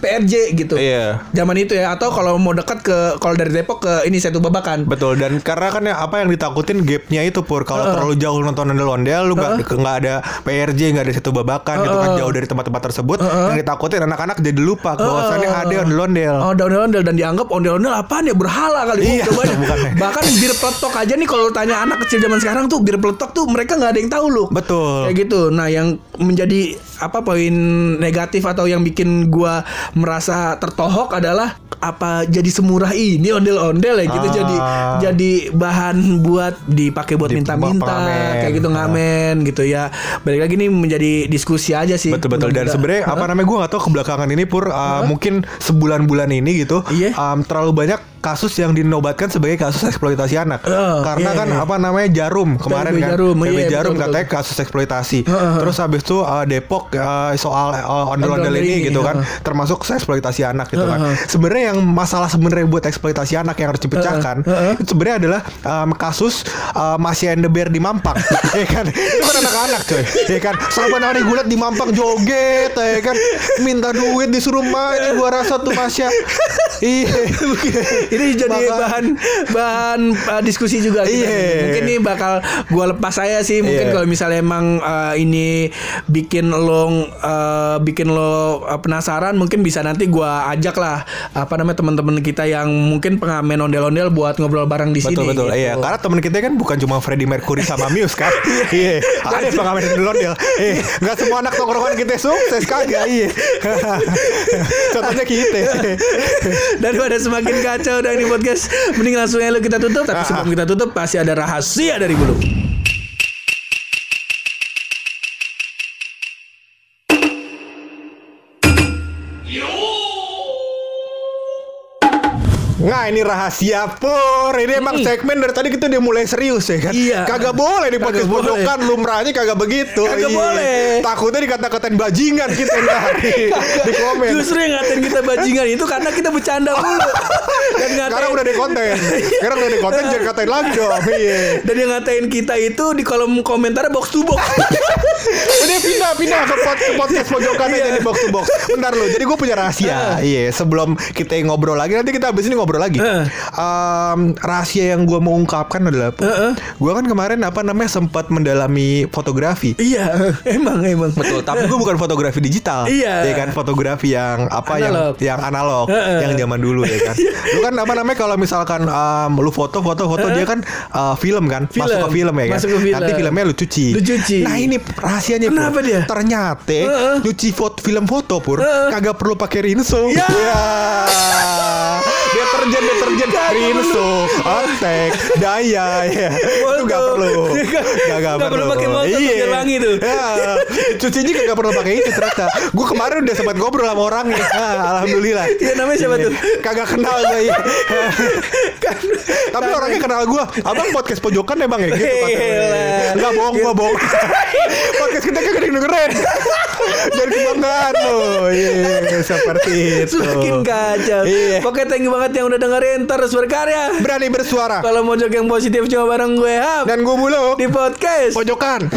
Speaker 3: PRJ gitu
Speaker 2: Iya.
Speaker 3: zaman itu ya atau kalau mau dekat ke kalau dari Depok ke ini satu babakan
Speaker 2: Betul dan karena kan ya, apa yang ditakutin gapnya itu pur kalau terlalu jauh nonton ondel-ondel lu nggak nggak ada PRJ nggak ada satu babakan gitu kan jauh dari tempat-tempat tersebut yang ditakutin anak-anak jadi lupa bahwasannya ada ondel-ondel.
Speaker 3: Oh, ada ondel-ondel dan dianggap ondel-ondel apaan ya berhala kali.
Speaker 2: Iya,
Speaker 3: Coba aja.
Speaker 2: <laughs> bukan ya.
Speaker 3: Bahkan bir peletok aja nih kalau tanya anak kecil zaman sekarang tuh bir peletok tuh mereka nggak ada yang tahu loh.
Speaker 2: Betul.
Speaker 3: Kayak gitu. Nah, yang menjadi apa poin negatif atau yang bikin gua merasa tertohok adalah apa jadi semurah ini ondel-ondel ya gitu
Speaker 2: Ah.
Speaker 3: jadi jadi bahan buat dipakai buat
Speaker 2: Di-
Speaker 3: minta-minta
Speaker 2: pengamen.
Speaker 3: kayak gitu
Speaker 2: Ah.
Speaker 3: ngamen gitu ya. Balik lagi nih menjadi diskusi aja sih.
Speaker 2: Betul betul dan sebenarnya
Speaker 3: Mudah-mudahan.
Speaker 2: apa namanya gue gak tahu kebelakangan ini pur uh, mungkin sebulan-bulan ini gitu
Speaker 3: Iya.
Speaker 2: um, terlalu banyak kasus yang dinobatkan sebagai kasus eksploitasi anak
Speaker 3: Eh,
Speaker 2: karena
Speaker 3: iya,
Speaker 2: kan
Speaker 3: iya.
Speaker 2: apa namanya Jarum kemarin
Speaker 3: PLB
Speaker 2: kan
Speaker 3: Jarum,
Speaker 2: PLB
Speaker 3: iya,
Speaker 2: Jarum
Speaker 3: betul,
Speaker 2: katanya kasus eksploitasi
Speaker 3: Heeh.
Speaker 2: terus habis itu uh, Depok uh, soal uh, ondel-ondel
Speaker 3: Ondel-ondel ini,
Speaker 2: ini gitu kan
Speaker 3: heeh.
Speaker 2: termasuk eksploitasi anak gitu kan
Speaker 3: Heeh.
Speaker 2: sebenarnya yang masalah sebenarnya buat eksploitasi anak yang harus dipecahkan
Speaker 3: Heeh.
Speaker 2: itu sebenarnya adalah um, kasus uh, masih and the Bear di Mampang <laughs> ya kan itu kan anak-anak coy ya kan sama nari gulat di Mampang joget ya kan minta duit disuruh main gua rasa tuh Masya Iya.
Speaker 3: Ini jadi
Speaker 2: Bakal-
Speaker 3: bahan bahan uh, diskusi juga kita.
Speaker 2: Iya.
Speaker 3: nih. Mungkin nih bakal gua lepas saya sih. Mungkin
Speaker 2: Iya.
Speaker 3: kalau misalnya emang uh, ini bikin lo uh, bikin lo uh, penasaran, mungkin bisa nanti gua ajak lah apa namanya teman-teman kita yang mungkin pengamen ondel-ondel buat ngobrol bareng di
Speaker 2: <laughs>
Speaker 3: sini.
Speaker 2: Betul betul.
Speaker 3: gitu.
Speaker 2: Iya, karena teman kita kan bukan cuma Freddie Mercury sama Muse kan. <laughs> Iya. Ada pengamen delon ya. Eh, enggak semua anak tongkrongan kita sukses kagak. Iya. <laughs> Contohnya kita. <laughs>
Speaker 3: Daripada semakin kacau dan ini podcast, mending langsung aja kita tutup.
Speaker 2: Ah.
Speaker 3: Tapi sebelum kita tutup pasti ada rahasia dari bulu.
Speaker 2: Nah ini rahasia pur Ini emang segmen dari tadi kita udah mulai serius ya kan
Speaker 3: Iya.
Speaker 2: Kagak boleh di podcast
Speaker 3: boleh.
Speaker 2: pojokan Lumrahnya kagak begitu
Speaker 3: Kagak
Speaker 2: Iya.
Speaker 3: boleh.
Speaker 2: Takutnya dikata-katain bajingan kita ntar di, di komen
Speaker 3: Justru yang ngatain kita bajingan itu karena kita bercanda
Speaker 2: <laughs>
Speaker 3: mulu. Dan ngatain,
Speaker 2: Sekarang udah di
Speaker 3: <laughs> Iya.
Speaker 2: konten Sekarang udah di konten jangan katain lagi dong Iya
Speaker 3: dan yang ngatain kita itu di kolom komentar box to
Speaker 2: <laughs>
Speaker 3: box.
Speaker 2: Udah pindah pindah ke, pod, ke podcast pojokan aja di box to box. Bentar lu. Jadi gue punya rahasia. Iya, sebelum kita ngobrol lagi nanti kita habis ini ngobrol lagi.
Speaker 3: Heeh.
Speaker 2: Em, rahasia yang gue mau ungkapkan adalah
Speaker 3: Heeh.
Speaker 2: gue kan kemarin apa namanya sempat mendalami fotografi.
Speaker 3: iya, emang emang
Speaker 2: Betul, tapi gue bukan fotografi digital.
Speaker 3: Iya.
Speaker 2: Ya kan fotografi yang apa yang
Speaker 3: Analog.
Speaker 2: yang analog,
Speaker 3: Heeh. Iya.
Speaker 2: yang zaman dulu ya kan. lu kan apa namanya kalau misalkan em, lu foto foto foto dia kan eh, film kan, masuk
Speaker 3: Film.
Speaker 2: ke film ya kan.
Speaker 3: Masuk ke film.
Speaker 2: Nanti filmnya lu cuci.
Speaker 3: Lu cuci.
Speaker 2: Nah, ini rahasianya Pur.
Speaker 3: Kenapa dia?
Speaker 2: Ternyata
Speaker 3: Heeh.
Speaker 2: cuci foto film foto pur
Speaker 3: Heeh.
Speaker 2: kagak perlu pakai rinso. Iya.
Speaker 3: Ya.
Speaker 2: Deterjen deterjen
Speaker 3: Kagak
Speaker 2: rinso, otek, daya ya. Itu
Speaker 3: Molto.
Speaker 2: gak perlu.
Speaker 3: <laughs> Nggak- nggak perlu pakai molto
Speaker 2: Iya.
Speaker 3: tuh, biar wangi tuh.
Speaker 2: Ya, cucinya kagak pernah pakai itu ternyata. Gue kemarin udah sempat ngobrol sama orang ya. alhamdulillah.
Speaker 3: Iya, namanya siapa tuh? Kan-
Speaker 2: Kagak kenal gue. iya. Tapi orangnya kenal gue. Abang podcast pojokan emang ya gitu. kata dia.
Speaker 3: Yelah.
Speaker 2: Nggak bohong gue bohong. podcast kita kagak dengerin. Jadi kebanggaan lo. Iya, seperti itu.
Speaker 3: Semakin kacau.
Speaker 2: Iya.
Speaker 3: Pokoknya thank you banget yang udah dengerin terus berkarya.
Speaker 2: Berani bersuara. Nah,
Speaker 3: Kalau mau jog yang positif cuma bareng gue Hap
Speaker 2: Dan gue mulu.
Speaker 3: di podcast.
Speaker 2: Pojokan.